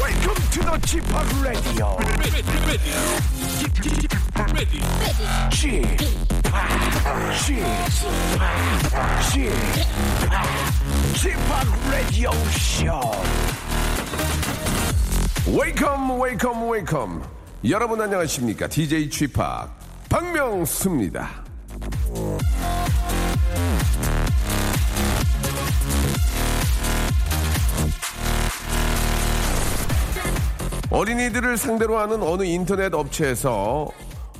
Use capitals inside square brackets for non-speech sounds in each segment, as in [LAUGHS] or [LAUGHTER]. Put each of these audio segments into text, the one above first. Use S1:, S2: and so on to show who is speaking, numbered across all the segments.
S1: Welcome to the Chip Radio. Chip, Chip, Chip Radio Show.
S2: 웨이컴 웨이컴 웨이컴 여러분 안녕하십니까 DJ 취팍 박명수입니다 어린이들을 상대로 하는 어느 인터넷 업체에서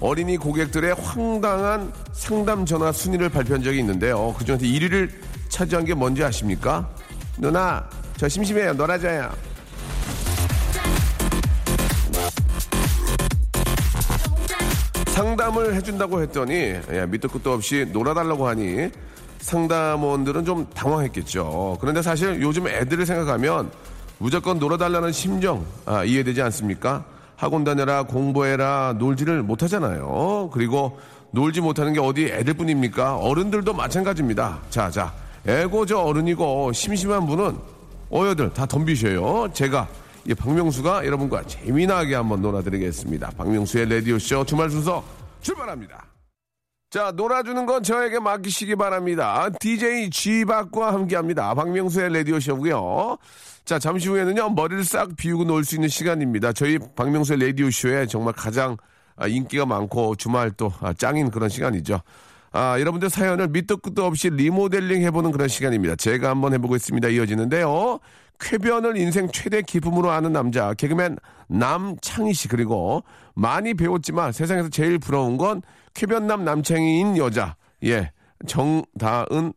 S2: 어린이 고객들의 황당한 상담 전화 순위를 발표한 적이 있는데요 그중에서 1위를 차지한 게 뭔지 아십니까? 누나 저 심심해요 놀아줘요 상담을 해준다고 했더니 예, 밑도 끝도 없이 놀아달라고 하니 상담원들은 좀 당황했겠죠. 그런데 사실 요즘 애들을 생각하면 무조건 놀아달라는 심정 아, 이해되지 않습니까? 학원 다녀라 공부해라 놀지를 못하잖아요. 그리고 놀지 못하는 게 어디 애들뿐입니까? 어른들도 마찬가지입니다. 자, 자, 애고 저 어른이고 심심한 분은 어여들 다 덤비셔요. 제가 예, 박명수가 여러분과 재미나게 한번 놀아드리겠습니다. 박명수의 라디오쇼 주말 순서 출발합니다. 자, 놀아주는 건 저에게 맡기시기 바랍니다. DJ G박과 함께 합니다. 박명수의 라디오쇼고요 자, 잠시 후에는요, 머리를 싹 비우고 놀 수 있는 시간입니다. 저희 박명수의 라디오쇼에 정말 가장 아, 인기가 많고 주말 또 아, 짱인 그런 시간이죠. 아, 여러분들 사연을 밑도 끝도 없이 리모델링 해보는 그런 시간입니다. 제가 한번 해보고 있습니다. 이어지는데요. 쾌변을 인생 최대 기쁨으로 아는 남자, 개그맨 남창희 씨, 그리고 많이 배웠지만 세상에서 제일 부러운 건 쾌변남 남창희인 여자, 예, 정다은,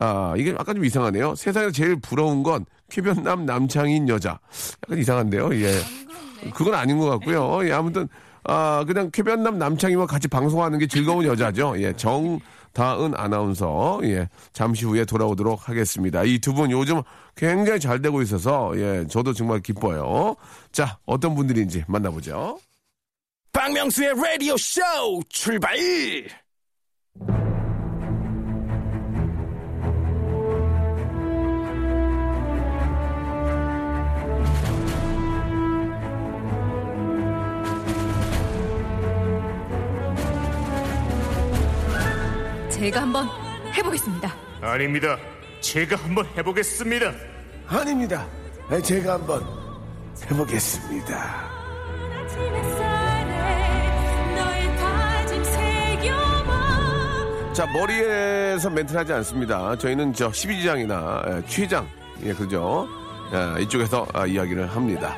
S2: 아, 이게 약간 좀 이상하네요. 세상에서 제일 부러운 건 쾌변남 남창희인 여자. 약간 이상한데요, 예. 그건 아닌 것 같고요. 예, 아무튼 아 그냥 쾌변남 남창희와 같이 방송하는 게 즐거운 여자죠. 예, 정다은 아나운서 예 잠시 후에 돌아오도록 하겠습니다. 이 두 분 요즘 굉장히 잘 되고 있어서 예 저도 정말 기뻐요. 자 어떤 분들인지 만나보죠.
S1: 박명수의 라디오 쇼 출발.
S3: 제가 한번 해보겠습니다.
S4: 아닙니다. 제가 한번 해보겠습니다.
S1: 아닙니다. 네, 제가 한번 해보겠습니다.
S2: 자 머리에서 멘트를 하지 않습니다. 저희는 저 12지장이나 취장 예 그죠. 예, 이쪽에서 아, 이야기를 합니다.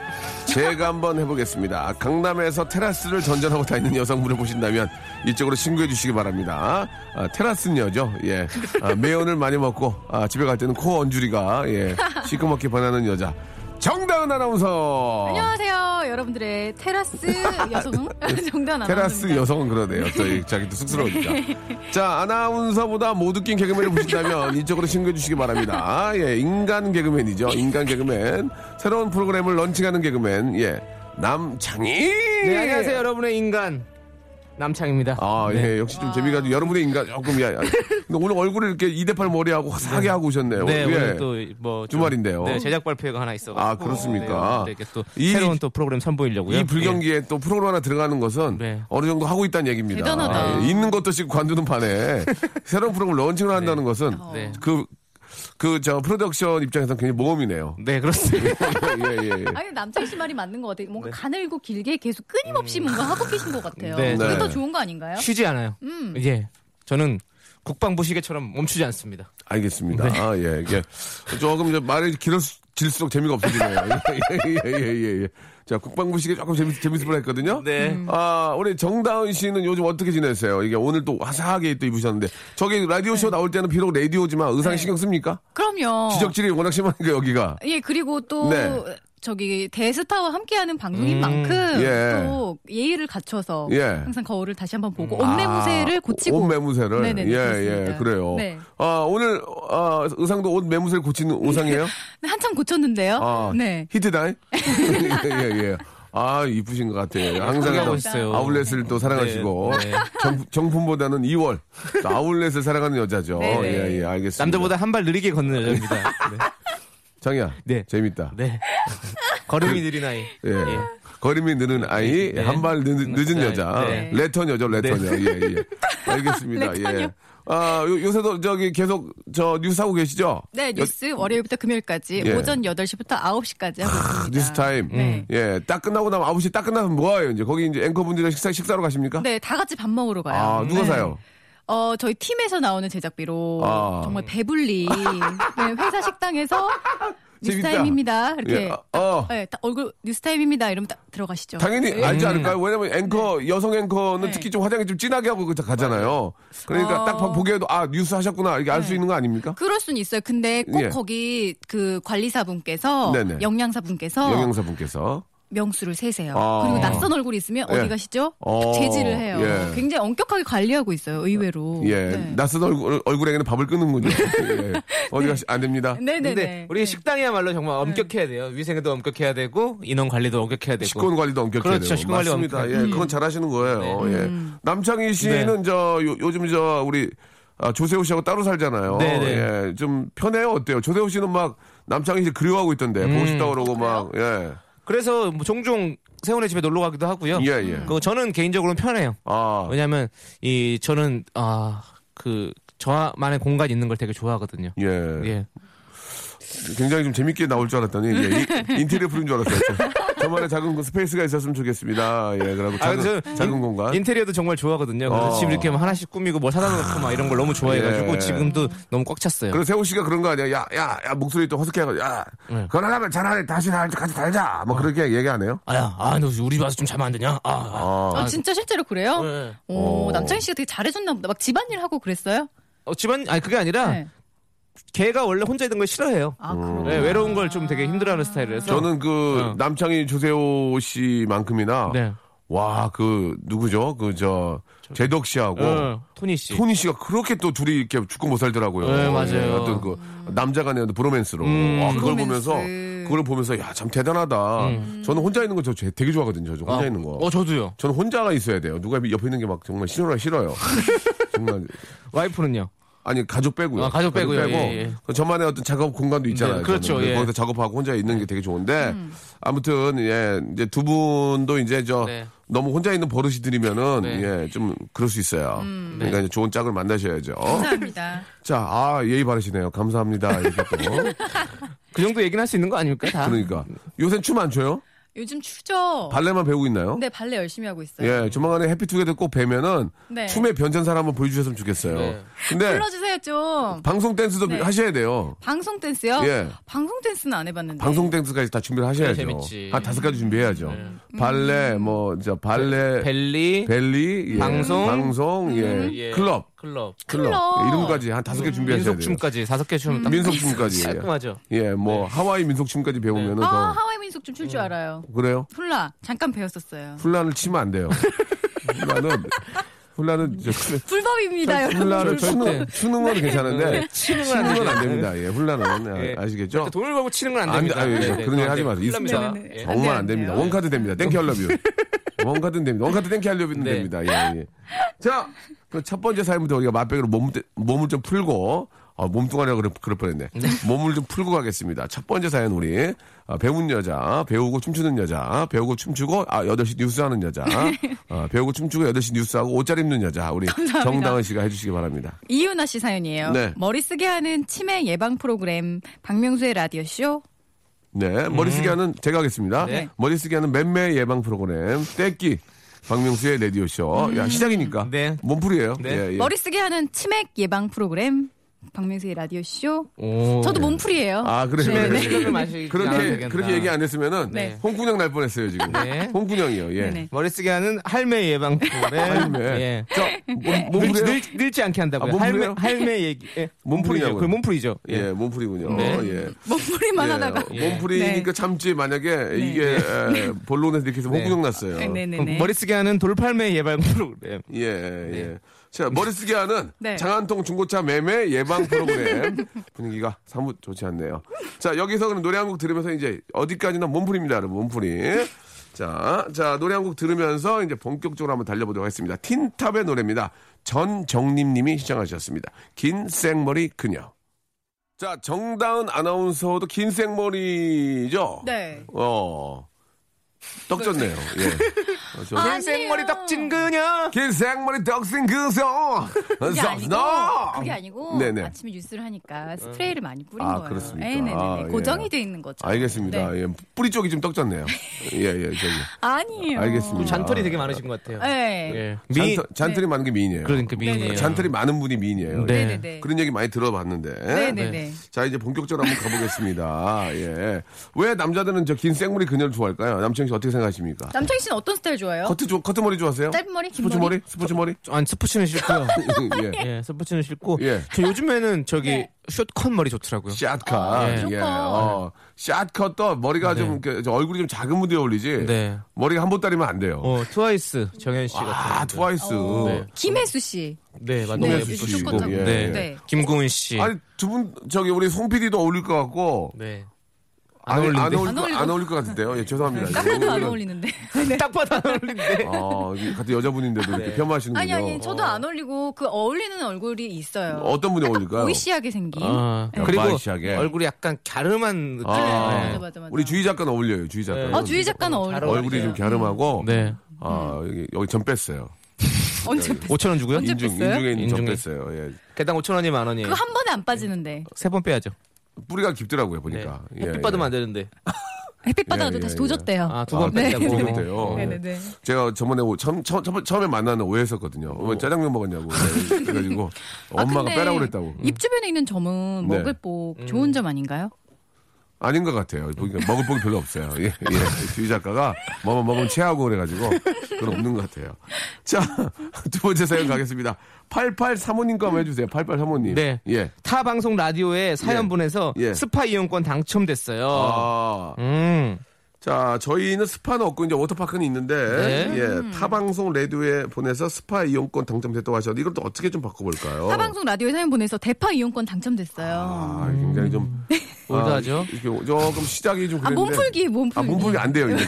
S2: 제가 한번 해보겠습니다. 강남에서 테라스를 전전하고 다니는 여성분을 보신다면 이쪽으로 신고해 주시기 바랍니다. 아, 테라스녀죠. 예. 아, 매연을 많이 먹고 아, 집에 갈 때는 코 언주리가 예, 시커멓게 변하는 여자. 정다은 아나운서.
S5: 안녕하세요, 여러분들의
S2: [LAUGHS]
S5: 테라스 여성 정단
S2: 네, 테라스 여성은 그러네요. 또 이- 자기도 쑥스러우니까. 자, 아나운서보다 못 웃긴 개그맨을 보신다면 이쪽으로 신고해 주시기 바랍니다. 아, 예, 인간 개그맨이죠. 인간 개그맨. 새로운 프로그램을 런칭하는 개그맨. 예. 남창희!
S6: 네, 안녕하세요. 여러분의 인간 남창입니다. 네.
S2: 아, 예, 역시 좀 재미가 좀 여러분의 인간 조금, 야, 야. 근데 오늘 얼굴을 이렇게 2대8 머리하고 화사하게 하고 오셨네요.
S6: 네,
S2: 예.
S6: 오늘 또뭐
S2: 주말인데요.
S6: 네, 제작 발표회가 하나 있어.
S2: 아, 그렇습니까?
S6: 네, 이렇게 또
S2: 이-
S6: 새로운 또 프로그램 선보이려고요.
S2: 이 불경기에 또 프로로 하나 들어가는 것은
S6: 예. 네.
S2: 어느 정도 하고 있다는 얘기입니다.
S5: 대단하다.
S2: 예, 있는 것도 지금 관두는
S5: [LAUGHS]
S2: 반에 새로운 프로그램 런칭을 한다는 것은
S6: 네.
S2: 그, 그, 저, 프로덕션 입장에서는 굉장히 모험이네요.
S6: 예. 네, 그렇습니다.
S2: [LAUGHS] 예, 예, 예.
S5: 아니 남창 씨 말이 맞는 것 같아요. 뭔가 가늘고 길게 계속 끊임없이 뭔가 하고 계신 것 같아요.
S6: 네,
S5: 그게
S2: 네.
S5: 더 좋은 거 아닌가요?
S6: 쉬지 않아요.
S5: 음.
S6: 예, 저는 국방부 시계처럼 멈추지 않습니다. 네.
S2: 알겠습니다. 아, 예, 예. 조금 이제 말이 길어, 질수록 재미가 없어지네요. 예, 예, 예, 예, 예. 자, 국방부 시계 조금 재밌, 재밌을 뻔 했거든요.
S7: 네.
S2: 아, 우리 정다은 씨는 요즘 어떻게 지내세요? 이게 오늘 또 화사하게 또 입으셨는데, 저기 라디오쇼 나올 때는 비록 라디오지만
S6: 네.
S2: 의상 신경 씁니까?
S6: 어.
S5: 그럼요.
S2: 지적질이 워낙 심하니까 여기가.
S5: 예, 그리고 또
S2: 네.
S5: 저기 대스타와 함께하는 방송인 만큼
S2: 예.
S5: 또 예의를 갖춰서
S2: 예.
S5: 항상 거울을 다시 한번 보고 옷매무새를
S2: 아,
S5: 고치고
S2: 옷 매무새를
S5: 네네네,
S2: 예,
S5: 그렇습니다.
S2: 예, 그래요.
S5: 네.
S2: 아, 오늘 아, 의상도 옷 매무새를 고치는
S5: [LAUGHS]
S2: 의상이에요?
S5: 네, 한참 고쳤는데요.
S2: 아,
S5: 네.
S2: 히트다.
S5: [LAUGHS]
S2: 예, 예, 예. 아, 이쁘신 것 같아요. 항상
S5: 네, 감사합니다.
S2: 또
S7: 멋있어요.
S2: 아울렛을 또 사랑하시고
S7: 네,
S2: 정, 품보다는 2월 또 아울렛을 사랑하는 여자죠.
S5: 네, 네.
S2: 예, 예, 알겠습니다.
S7: 남자보다 한 발 느리게 걷는 여자입니다.
S2: 장이야,
S7: 네.
S2: 재밌다.
S7: 네.
S6: [LAUGHS]
S7: 네. 걸음이 느린 아이.
S2: 예. 걸음이 느는 아이,
S7: 네.
S2: 한 발 늦은, 늦은
S7: 네.
S2: 여자.
S7: 네.
S2: 레터녀죠, 레터녀. 예,
S7: [LAUGHS]
S2: 예. 알겠습니다. 예. 아, 요, 새도 저기 계속 저 뉴스 하고 계시죠?
S5: 네, 뉴스 월요일부터 금요일까지
S2: 예. 아,
S5: 오전 8시부터 9시까지 하고 있습니다. 네.
S2: 뉴스 타임. 예. 딱 끝나고 나면 9시 딱 끝나면 뭐예요, 이제? 거기 이제 앵커분들이랑 식사, 식사로 가십니까?
S5: 네, 다 같이 밥 먹으러 가요.
S2: 아, 누가
S5: 네.
S2: 사요?
S5: 어, 저희 팀에서 나오는 제작비로
S2: 아.
S5: 정말 배불리
S2: [LAUGHS]
S5: 네, 회사 식당에서
S2: 재밌다.
S5: 뉴스타임입니다. 이렇게
S2: 예. 아, 어.
S5: 네, 딱 얼굴 뉴스타임입니다. 이러면 딱 들어가시죠.
S2: 당연히 알지 않을까요? 왜냐면 앵커, 여성 앵커는
S5: 네.
S2: 특히 좀 화장이 좀 진하게 하고 그 가잖아요. 그러니까
S5: 어.
S2: 딱 봐- 보기에도 아, 뉴스 하셨구나. 이렇게 알 수
S5: 네.
S2: 있는 거 아닙니까?
S5: 그럴 수는 있어요. 근데 꼭
S2: 예.
S5: 거기 그 관리사분께서
S2: 네네.
S5: 영양사분께서
S2: 영양사분께서.
S5: 명수를 세세요.
S2: 아.
S5: 그리고 낯선 얼굴이 있으면
S2: 예.
S5: 어디 가시죠?
S2: 어.
S5: 제지를 해요.
S2: 예.
S5: 굉장히 엄격하게 관리하고 있어요. 의외로.
S2: 예.
S5: 네.
S2: 낯선 얼굴, 얼굴에게는 밥을 끄는군요. 예.
S5: [LAUGHS]
S2: 어디 가시, 안 됩니다.
S5: 네네네.
S7: 근데 우리 식당이야말로 정말 엄격해야 돼요. 위생도 엄격해야 되고 인원 관리도 엄격해야 되고.
S2: 식권 관리도 엄격해야 되고.
S7: 그렇죠, 식권 관리 네.
S2: 맞습니다.
S7: 엄격하게.
S2: 예, 그건 잘하시는 거예요.
S7: 음.
S2: 예. 남창희 씨는
S7: 네.
S2: 저 요, 즘저 우리 아, 조세호 씨하고 따로 살잖아요.
S7: 네, 네.
S2: 예, 좀 편해요. 어때요? 조세호 씨는 막 남창희 씨 그리워하고 있던데
S7: 음.
S2: 보고 싶다 고 그러고 막 예.
S7: 그래서 뭐 종종 세훈의 집에 놀러 가기도 하고요.
S2: 예, 예.
S7: 그 저는 개인적으로는 편해요.
S2: 아,
S7: 왜냐하면 이 저는 아 그 저만의 공간이 있는 걸 되게 좋아하거든요.
S2: 예.
S7: 예.
S2: 굉장히 좀 재밌게 나올 줄 알았더니 예, 이- 인테리어 풀인 줄 알았어요. 저, 만의 작은 그 스페이스가 있었으면 좋겠습니다. 예, 그리고
S7: 아,
S2: 작은,
S7: 저는
S2: 작은
S7: 인-
S2: 공간.
S7: 인테리어도 정말 좋아하거든요. 그래서
S2: 어.
S7: 집 이렇게 막 하나씩 꾸미고 뭘 사다 놓고 막 이런 걸 너무 좋아해가지고
S2: 예.
S7: 지금도 너무 꽉 찼어요.
S2: 그리고 세호 씨가 그런 거 아니야? 야, 야, 야, 목소리 또 허스키해가지고, 야, 그걸 하나만 잘하네, 다시 나 같이 달자. 뭐 그렇게 얘기 안 해요?
S7: 아야, 아, 너 우리 와서 좀 자면 안 되냐? 아, 아.
S2: 아,
S5: 아, 진짜 실제로 그래요?
S7: 네.
S5: 오,
S2: 오.
S5: 남창희 씨가 되게 잘해줬나 보다. 막 집안일 하고 그랬어요?
S7: 어, 집안, 아니, 그게 아니라,
S5: 네.
S7: 걔가 원래 혼자 있는 걸 싫어해요.
S5: 아, 그래요?
S7: 네, 외로운 걸 좀 되게 힘들어하는 스타일이라서.
S2: 저는 그
S7: 어.
S2: 남창희 조세호 씨만큼이나
S7: 네.
S2: 와 그 누구죠 그 저 제덕 씨하고
S7: 어, 토니 씨.
S2: 토니 씨가 그렇게 또 둘이 이렇게 죽고 못 살더라고요.
S7: 네, 맞아요. 음.
S2: 예, 어떤 그 남자간의 어떤 브로맨스로 와, 그걸
S5: 브로맨스.
S2: 보면서 그걸 보면서 야 참 대단하다. 저는 혼자 있는 거저 되게 좋아하거든요. 저 혼자
S7: 음. 아,
S2: 있는 거.
S7: 어, 저도요.
S2: 저는 혼자가 있어야 돼요. 누가 옆에 있는 게 막 정말 싫어요,
S7: [LAUGHS]
S2: 싫어요. 정말
S7: 와이프는요?
S2: 아니 가족 빼고요.
S7: 아, 가족 빼고요.
S2: 빼고
S7: 예, 예.
S2: 그 저만의 어떤 작업 공간도 있잖아요.
S7: 네, 그렇죠,
S2: 저는.
S7: 예. 네.
S2: 거기서 작업하고 혼자 있는 게 되게 좋은데 아무튼 예 이제 두 분도 이제 저
S7: 네.
S2: 너무 혼자 있는 버릇이 들이면은
S7: 네.
S2: 예좀 그럴 수 있어요. 그러니까 이제 좋은 짝을 만나셔야죠.
S5: 감사합니다.
S2: 자, 아 예의 바르시네요. 감사합니다. 이렇게 또
S7: 그 정도 얘기는 할 수 있는 거 아닙니까? 다.
S2: 그러니까 요새 춤 안 춰요?
S5: [LAUGHS] 요즘 추죠?
S2: 발레만 배우고 있나요?
S5: 네, 발레 열심히 하고 있어요.
S2: 예, 조만간에 해피투게더 꼭 뵈면은
S5: 네.
S2: 춤의 변천사를 한번 보여주셨으면 좋겠어요.
S7: 네.
S2: 근데
S5: 불러주세요, 좀.
S2: 방송 댄스도
S5: 네.
S2: 하셔야 돼요.
S5: 방송 댄스요?
S2: 예.
S5: 방송 댄스는 안 해봤는데.
S2: 네. 방송 댄스까지 다 준비를 하셔야죠.
S7: 그래, 재밌지. 네.
S2: 한 다섯 가지 준비해야죠. 발레, 뭐, 저 발레,
S7: 벨리,
S2: 벨리, 예.
S7: 방송.
S2: 방송, 예.
S7: 예.
S2: 클럽,
S7: 클럽,
S2: 클럽,
S5: 클럽.
S2: 예, 이름까지 한 다섯 개 준비하셔야 돼요.
S7: 민속춤까지 네. 다섯 개 춤을 딱
S2: 민속춤까지. 예.
S7: 깔끔하죠.
S2: 예, 뭐 하와이 민속춤까지 배우면은
S5: 아,
S2: 더
S5: 하와이 민속 춤 출
S2: 음.
S5: 줄 알아요.
S2: 그래요?
S5: 훌라, 잠깐 배웠었어요.
S2: 훈란을 치면 안 돼요. 훈란은 훈란은 저-
S5: 불법입니다, 여러분.
S2: 훈란을
S7: 절대.
S2: 추는 추는 건 괜찮은데
S7: 치는 건
S2: 치는
S7: 안
S2: 건 안
S7: 돼요.
S2: 됩니다. 예, 훈란은 아-
S7: 예.
S2: 아시겠죠?
S7: 돈을 벌고 치는 건 안
S2: 안
S7: 됩니다.
S2: 돼, 아, 예,
S7: 네, 네,
S2: 그런 얘기 하지 마세요.
S7: 큰일납니다.
S5: 네네네.
S7: 예.
S2: 정말
S5: 안
S2: 안
S5: 돼요, 네.
S2: 됩니다.
S5: 안 돼요.
S2: 원카드 됩니다. 땡큐 할러뷰.
S5: [LAUGHS]
S2: 원카드는 됩니다. 원카드 땡큐 할러뷰는
S7: 네.
S2: 됩니다. 예, 예. 자, 그 첫 번째 사연부터 우리가 맛배기로 몸, 몸을 좀 풀고, 아, 몸뚱아리라고 그럴, 그럴 뻔했네. 몸을 좀 풀고 가겠습니다. 첫 번째 사연 우리 아, 배운 여자, 배우고 춤추는 여자, 배우고 춤추고 아 8시 뉴스 하는 여자, 아, 배우고 춤추고 8시 뉴스하고 옷 잘 입는 여자 우리 정다은 씨가 해주시기 바랍니다.
S5: 이유나 씨 사연이에요.
S2: 네.
S5: 머리 쓰게 하는 치매 예방 프로그램 박명수의 라디오 쇼.
S2: 네, 머리 쓰기 하는 제가 하겠습니다.
S7: 음. 네.
S2: 머리 쓰기 하는 맴매 예방 프로그램 떼끼 박명수의 레디오 쇼. 어, 야 시작이니까
S7: 네.
S2: 몸풀이에요.
S7: 네.
S2: 예, 예.
S5: 머리 쓰게 하는 치맥 예방 프로그램 박명수의 라디오 쇼.
S7: 오.
S5: 저도 몸풀이에요.
S2: 아 그래
S7: 네,
S2: 그래.
S7: 네. 술을 마시지 않아도
S2: 그렇게
S7: 되겠다.
S2: 그렇게 얘기 안 했으면은
S5: 네.
S2: 홍군형 날 뻔했어요 지금.
S7: 네.
S2: 홍군형이요. 예.
S5: 네네.
S7: 머리 쓰게 하는 할매 예방법에
S2: [LAUGHS] 할매.
S7: 예.
S2: 몸,
S7: 늙,
S2: 몸풀이요?
S7: 늙, 늙지 않게 한다고요.
S2: 아, 몸풀이요?
S7: 할매, 할매 얘기. 예.
S2: 몸풀이냐고요?
S7: 그 몸풀이죠. 예.
S2: 예, 몸풀이군요.
S7: 네.
S2: 예.
S5: 몸풀이만
S2: 예,
S5: 하다가.
S7: 예.
S2: 몸풀이니까 참지 만약에 이게 에, 본론에서 이렇게 해서
S7: 네.
S2: 홍군형 났어요.
S7: 그럼
S5: 네네네.
S7: 머리 쓰게 하는 돌팔매 예방 프로그램.
S2: 예, 예. 자, 머리 쓰게 하는
S5: [LAUGHS] 네.
S2: 장안통 중고차 매매 예방
S5: [LAUGHS]
S2: 프로그램 분위기가 사뭇 좋지 않네요. 자, 여기서 그럼 노래 한 곡 들으면서 이제 어디까지나 몸풀입니다, 여러분. 몸풀이. 자, 자, 노래 한 곡 들으면서 이제 본격적으로 한번 달려보도록 하겠습니다. 틴탑의 노래입니다. 전정림 님이 시청하셨습니다. 긴 생머리 그녀. 자, 정다은 아나운서도 긴 생머리죠?
S5: 네.
S2: 어. 떡졌네요. 예.
S5: [LAUGHS]
S2: 어, 저-
S5: 아니에요.
S7: 생머리 떡진 그녀.
S2: 긴 생머리 덕신 그성
S5: 그게 아니고
S2: 너!
S5: 그게 아니고
S2: 네네.
S5: 아침에 뉴스를 하니까 스프레이를 많이 뿌린
S2: 아,
S5: 거예요.
S2: 그렇습니까?
S5: 네네네.
S2: 아, 예.
S5: 고정이 돼 있는 거죠.
S2: 알겠습니다.
S5: 네.
S2: 예, 뿌리 쪽이 좀 떡졌네요. 예, 예, 저기.
S5: 아니에요.
S2: 알겠습니다.
S7: 잔털이 되게 많으신 것 같아요.
S5: 네.
S7: 예. 미.
S2: 잔터, 잔털이 많은 게 미인이에요.
S7: 그러니까 미인이에요.
S2: 잔털이 많은 분이 미인이에요. 예,
S7: 네.
S5: 네네네.
S2: 그런 얘기 많이 들어봤는데.
S5: 네네네. 네.
S2: 자, 이제 본격적으로 한번 가보겠습니다. 예. 왜 남자들은 저 긴 생머리 그녀를 좋아할까요? 남창희 씨 어떻게 생각하십니까?
S5: 남창희 씨는 어떤 스타일 좋아해요?
S2: 커트, 조, 커트 머리 좋아하세요?
S5: 짧은 머리, 긴
S2: 스포츠 머리? 스포츠
S5: [LAUGHS]
S2: 머리?
S7: 아니 스포츠는 싫고요.
S2: [LAUGHS] 예.
S7: 예, 스포츠는 싫고.
S2: 예.
S7: 저 요즘에는 저기
S5: 네.
S7: 숏컷 머리 좋더라고요.
S2: 샷컷.
S5: 아,
S7: 예.
S2: 예. 어. 샷컷도 머리가 좀, 이렇게 저 얼굴이 좀 작은 분들이 어울리지.
S7: 네.
S2: 머리가 한 보따리면 안 돼요.
S7: 어, 트와이스 정현 씨 같은.
S2: 아,
S7: 분들.
S2: 트와이스.
S7: 네.
S5: 김혜수 씨.
S7: 네, 맞아요.
S5: 네,
S7: 예쁘시고.
S5: 요즘 숏컷하고.
S2: 예,
S7: 네.
S2: 예.
S5: 네.
S7: 김구은 씨.
S2: 아니, 두 분, 저기, 우리 송 PD도 어울릴 것 같고.
S7: 네.
S2: 안, 어울릴, 안,
S7: 어울리는데?
S2: 어울릴, 것- 안 어울릴 것 같은데요. 예, 죄송합니다.
S5: 까르도 음. 안 어울리는데.
S7: [LAUGHS] 딱 봐도 안 어울린데.
S2: 아, 이게 같은 여자분인데도
S7: 네.
S2: 이렇게 폄하하시는군요.
S5: 아니 아니 저도 안 어울리고 그 어울리는 얼굴이 있어요.
S2: 어떤 분이 어울릴까요?
S5: 오이시하게 생긴.
S7: 아,
S2: 네.
S7: 그리고
S2: 마이시하게.
S7: 얼굴이 약간 갸름한 느낌.
S2: 아.
S5: 네, 맞아 맞아 맞아.
S2: 우리 주희 작가는 어울려요, 주희 작가.
S7: 네.
S5: 아 주희 작가는 어울려.
S7: 잘 어울려.
S2: 얼굴이 좀 갸름하고.
S7: 네.
S2: 아, 여기, 여기 점 뺐어요.
S5: 언제
S7: 5천 원 주고요.
S5: 언제-
S2: 인중,
S5: 뺐어요?
S2: 인중에 있는 점
S7: 인중에.
S2: 뺐어요. 예.
S7: 개당 5천 원이 만 원이에요.
S5: 그거 한 번에 안 빠지는데
S7: 세 번 빼야죠.
S2: 뿌리가 깊더라고요,
S7: 네.
S2: 보니까. 예,
S7: 햇빛
S2: 예.
S7: 받으면 안 되는데.
S5: 햇빛
S2: 예,
S5: 받아도
S2: 예,
S5: 다시
S2: 예.
S5: 도졌대요.
S7: 아, 두 번
S2: 아,
S7: 뺐다고.
S2: 두 번 뺐대요.
S7: 네.
S5: 네네네.
S2: 제가 저번에 오- 처음, 처음, 처음- 처음에 만나는 오해했었거든요. 어, 왜 짜장면 먹었냐고.
S7: 아,
S2: 네, 그래가지고
S5: 아,
S2: 엄마가
S5: 근데
S2: 빼라고 그랬다고. 음.
S5: 입 주변에 있는 점은
S2: 네.
S5: 먹을 복 좋은 점 아닌가요?
S2: 아닌 것 같아요. 보니까 먹을 복이 별로 없어요. 예, 예. 주희 작가가 뭐만 먹으면 체하고 그래가지고 그건 없는 것 같아요. 자, 두 번째 사연 가겠습니다. 8835님 거 한번 해주세요. 8835님.
S7: 네.
S2: 예.
S7: 타 방송 라디오에 사연
S2: 예.
S7: 보내서
S2: 예.
S7: 스파 이용권 당첨됐어요.
S2: 아,
S7: 음.
S2: 자, 저희는 스파는 없고 이제 워터파크는 있는데
S7: 네.
S5: 음.
S2: 예, 타방송 레디오에 보내서 스파 이용권 당첨됐다고 하셨는데 이걸 또 어떻게 좀 바꿔볼까요?
S5: 타방송 라디오에 사연 보내서 대파 이용권 당첨됐어요. 아,
S2: 아, 굉장히 좀
S7: 네. 올드하죠.
S2: 아, 이렇게 조금 시작이 좀 그랬는데.
S5: 아, 몸풀기 몸풀기. 네.
S2: 아, 몸풀기 안 돼요, 이제.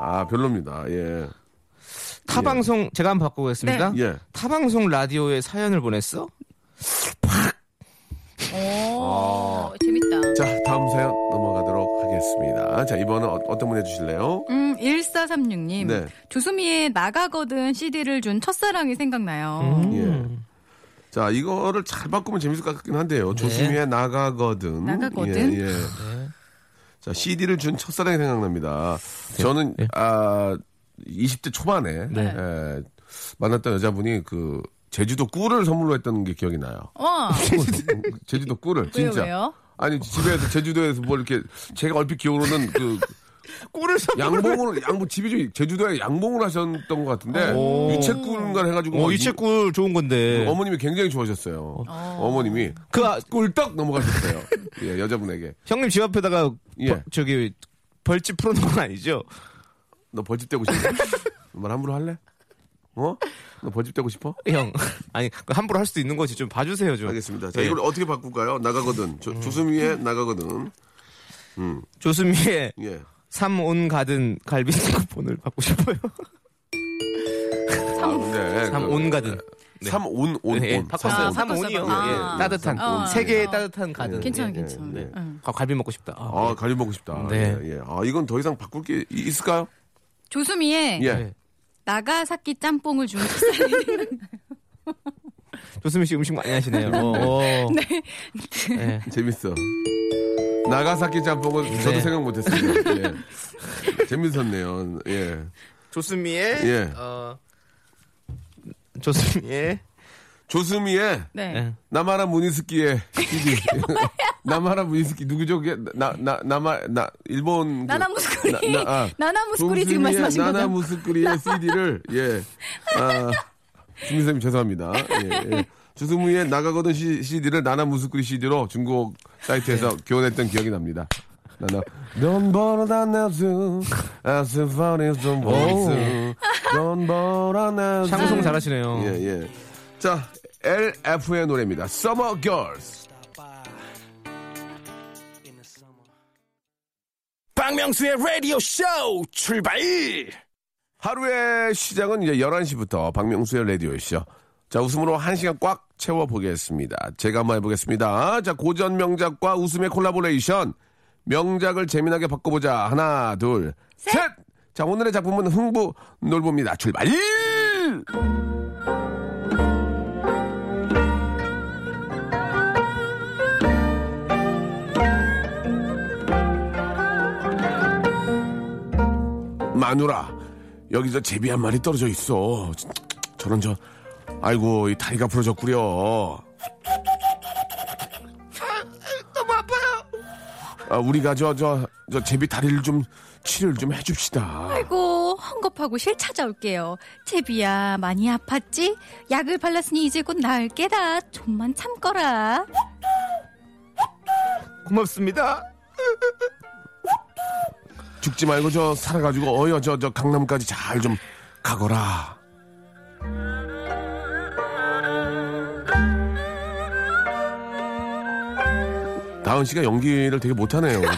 S2: 아, 별로입니다. 예.
S7: 타 방송 제가 한번 바꿔보겠습니다.
S2: 예.
S7: 타 방송 라디오에 사연을 보냈어?
S5: 오,
S2: 아.
S5: 재밌다.
S2: 자, 다음 사연 넘어가도록 하겠습니다. 자, 이번은 어, 떤분 해주실래요?
S5: 음, 1436님.
S2: 네.
S5: 조수미의 나가거든 CD를 준 첫사랑이 생각나요.
S2: 음. 예. 자, 이거를 잘 바꾸면 재밌을 것 같긴 한데요. 조수미의 나가거든.
S5: 나가거든.
S2: 예, 예. 자, CD를 준 첫사랑이 생각납니다. 저는, 아, 20대 초반에 예, 만났던 여자분이 그, 제주도 꿀을 선물로 했던 게 기억이 나요.
S5: 어,
S2: 제주도 꿀을,
S5: 왜요,
S2: 진짜.
S5: 왜요?
S2: 아니 집에서 제주도에서 뭐 이렇게 제가 얼핏 기억으로는 그
S7: 꿀을 사.
S2: 양봉을 양봉 집이 좀 제주도에 양봉을 하셨던 것 같은데 유채꿀인가 해가지고
S7: 어,
S2: 막
S7: 유채꿀 좋은 건데.
S2: 이- 어머님이 굉장히 좋아하셨어요. 어. 머님이
S7: 그 아,
S2: 꿀떡 넘어가셨어요. 예 여자분에게
S7: 형님 집 앞에다가
S2: 예.
S7: 벌- 저기 벌집 풀어놓은 건 아니죠?
S2: 너 벌집 되고 싶어? 말 함부로 할래? 어? 너 벌집 되고 싶어?
S7: 형 [LAUGHS] 아니 그 함부로 할 수도 있는 거지 좀 봐주세요 좀.
S2: 알겠습니다. 자
S7: 예.
S2: 이걸 어떻게 바꿀까요? 나가거든.
S7: 음.
S2: 조, 조수미의 나가거든.
S7: 조수미의
S2: 예.
S7: 삼온 가든 갈비 쿠폰을 받고 싶어요.
S2: 아, 근데
S7: 삼온 가든. 네.
S2: 삼온 온
S7: 예,
S2: 온.
S7: 바꿨어요.
S5: 아,
S7: 삼온이요.
S5: 바꿨어요.
S7: 예,
S5: 아.
S7: 따뜻한
S5: 아,
S7: 세 개의
S5: 아.
S7: 따뜻한 가든.
S5: 괜찮아,
S7: 예.
S5: 괜찮아.
S2: 네.
S5: 응.
S7: 아, 갈비 먹고 싶다. 아,
S2: 아 가리 먹고 싶다.
S7: 네.
S2: 예, 예. 아 이건 더 이상 바꿀 게 이- 있을까요?
S5: 조수미의
S2: 예.
S7: 네.
S5: 나가사키 짬뽕을 준 첫사랑이
S7: 조수미 씨 음식 많이 [LAUGHS] 하시네요. 어, 어. 네.
S2: 재밌어. 나가사키 짬뽕은 저도
S7: 네.
S2: 생각 못했습니다. 예. 재밌었네요. 예.
S7: 조수미의
S2: 예.
S7: 어, 조수미의
S2: 조수미의
S5: 네.
S7: 예.
S2: 나마라 무니스키의
S5: [LAUGHS]
S2: CD.
S5: 그
S2: 나마라 무니스키 누구죠? 그게 나나 나마 나 일본 그-
S5: 나나무스쿠리.
S2: 나- 나- 아.
S5: 나나무스쿠리
S2: 조수미의
S5: 지금 말씀하신 거죠?
S2: 나나무스쿠리의 CD를 예. 아, 주미 선생님 죄송합니다. 예, 예. 조수미의 나가거든 시- CD를 나나무스쿠리 CD로 중국 사이트에서
S5: 네.
S2: 교환했던 기억이 납니다. 나나 Don't bother that now soon As if I need some
S5: 어.
S2: voice Don't bother now soon
S7: 샹송 잘하시네요.
S2: 예, 예. 자, LF의 노래입니다. Summer Girls.
S1: 박명수의 라디오 쇼 출발!
S2: 하루의 시작은 이제 11시부터 박명수의 라디오쇼. 자, 웃음으로 한시간꽉 채워보겠습니다. 제가 한번 해보겠습니다. 자, 고전 명작과 웃음의 콜라보레이션. 명작을 재미나게 바꿔보자. 하나, 둘, 셋! 자, 오늘의 작품은 흥부 놀부입니다. 출발! 마누라 여기서 제비 한 마리 떨어져 있어 저런 저 아이고 이 다리가 부러졌구려 너무 아파요 아, 우리가 저 저 저 제비 다리를 좀 치료를 좀 해줍시다
S5: 아이고 헝겊하고 실 찾아올게요. 채비야 많이 아팠지? 약을 발랐으니 이제 곧 나을 게다. 좀만 참거라.
S6: 고맙습니다.
S2: 죽지 말고 저 살아가지고 어여 저 저 강남까지 잘 좀 가거라 다은 씨가 연기를 되게 못하네요.
S5: [LAUGHS]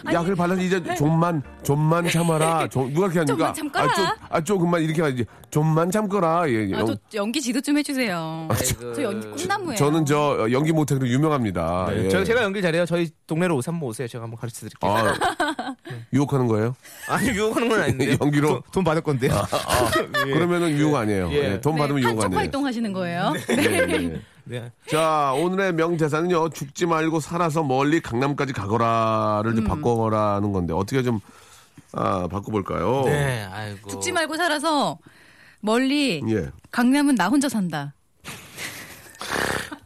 S2: 그죠? 약을 발라서 이제 좀만 좀만
S5: [LAUGHS]
S2: 참아라. 좀- 누가 이렇게 하니까
S5: 좀만 참거라.
S2: 아, 좀, 아 조금만 이렇게 하지. 좀만 참거라. 예, 예.
S5: 아, 저 네, 그 연기 지도 좀 해주세요. 저 연기 꿈나무예요.
S2: 저는 저 연기 못하기로 유명합니다. 예.
S7: 네, 저, 제가 연기 잘해요. 저희 동네로 오삼 번 오세요. 제가 한번 가르쳐
S5: [LAUGHS]
S7: 드릴게요.
S2: 아, 유혹하는 거예요?
S7: [LAUGHS] 아. 니 유혹하는 건 아닌데.
S2: [LAUGHS] 연기로? 아,
S7: 돈, 돈 받을 건데요. [LAUGHS] 예.
S2: 그러면은 유혹 아니에요.
S7: 예.
S2: 예, 돈
S5: 네,
S2: 받으면 유혹
S5: 판촉
S2: 아니에요.
S5: 활동하시는 거예요.
S2: 예.
S7: 네.
S2: 자, 오늘의 명대사는요, 죽지 말고 살아서 멀리 강남까지 가거라를
S5: 음.
S2: 좀 바꿔라는 건데, 어떻게 좀, 아, 바꿔볼까요?
S7: 네, 아이고.
S5: 죽지 말고 살아서 멀리
S2: 예.
S5: 강남은 나 혼자 산다.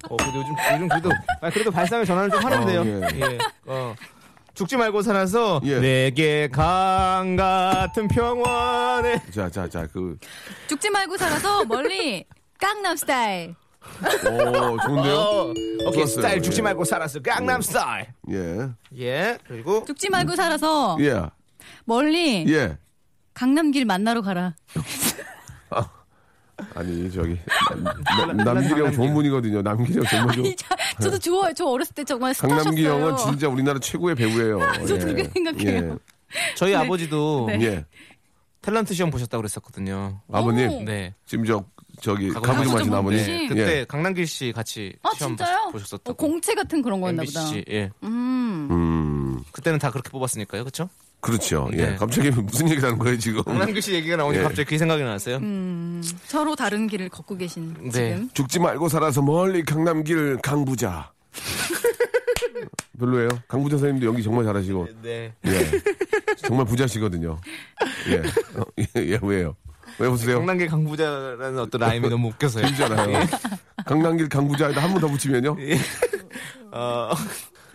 S7: 어, 근데 요즘,
S2: [LAUGHS]
S7: 요즘 그래도, 아, 그래도 발상의 전환을 좀 하는데요. 예. 어. 죽지 말고 살아서
S2: 예.
S7: 내게 강 같은 평원에
S2: 자, 자, 자, 그,
S5: 죽지 말고 살아서 멀리 [LAUGHS] 깡남 스타일.
S2: 오, 좋은데요? 좋았어요.
S7: 오케이 스타일 죽지
S2: 예.
S7: 말고 살았어 강남 스타일
S2: 예.
S7: 예 그리고
S5: 죽지 말고 살아서
S2: 예,
S5: 멀리
S2: 예.
S5: 강남길 만나러 가라.
S2: 아니, 저기, 남- 남길이 형 좋은 분이거든요. 남길이 형
S5: [LAUGHS]
S2: 정말 좋은.
S5: 아니, 저, 저도 좋아요. 저 어렸을 때 정말 스타셨어요. 아,
S2: 강남기 형은 진짜 우리나라 최고의 배우예요.
S5: 저도 그렇게 생각해요.
S7: 저희
S5: 네.
S7: 아버지도
S2: 예. 예.
S7: 탤런트 시험 보셨다고 그랬었거든요
S2: 아버님,
S5: 오.
S7: 네
S2: 예. 지금 저, 저기,
S7: 가구점
S2: 가구점
S5: 가구점
S2: 하신 아버님. 예.
S5: 씨.
S7: 네, 그때 강남길 씨 같이
S5: 아
S7: 시험
S5: 진짜요?
S7: 보셨었다고
S5: 어, 공채 같은 그런 거였나
S7: MBC
S5: 보다.
S7: 예
S5: 음.
S2: 음.
S7: 그때는 다 그렇게 뽑았으니까요 그쵸?
S2: 그렇죠. 예.
S7: 네.
S2: 갑자기 무슨 얘기 하는 거예요, 지금?
S7: 강남길 씨 얘기가 나오니
S2: 예.
S7: 갑자기 그 생각이 나세요
S5: 서로 다른 길을 걷고 계신
S7: 네.
S5: 음, 지금.
S2: 죽지 말고 살아서 멀리 강남길
S7: [LAUGHS]
S2: 강부자. 별로예요? 강부자 선생님도 연기 정말 잘하시고.
S7: 네
S2: 예. 정말 부자시거든요. 예. 어, 예, 예, 왜요? 왜 보세요?
S7: 강남길 강부자라는 어떤 라임이 너무 웃겨서요 [LAUGHS]
S2: 강남길잖아요. 강남길 강부자에다 한 번 더 붙이면요?
S7: 네. 예. 어,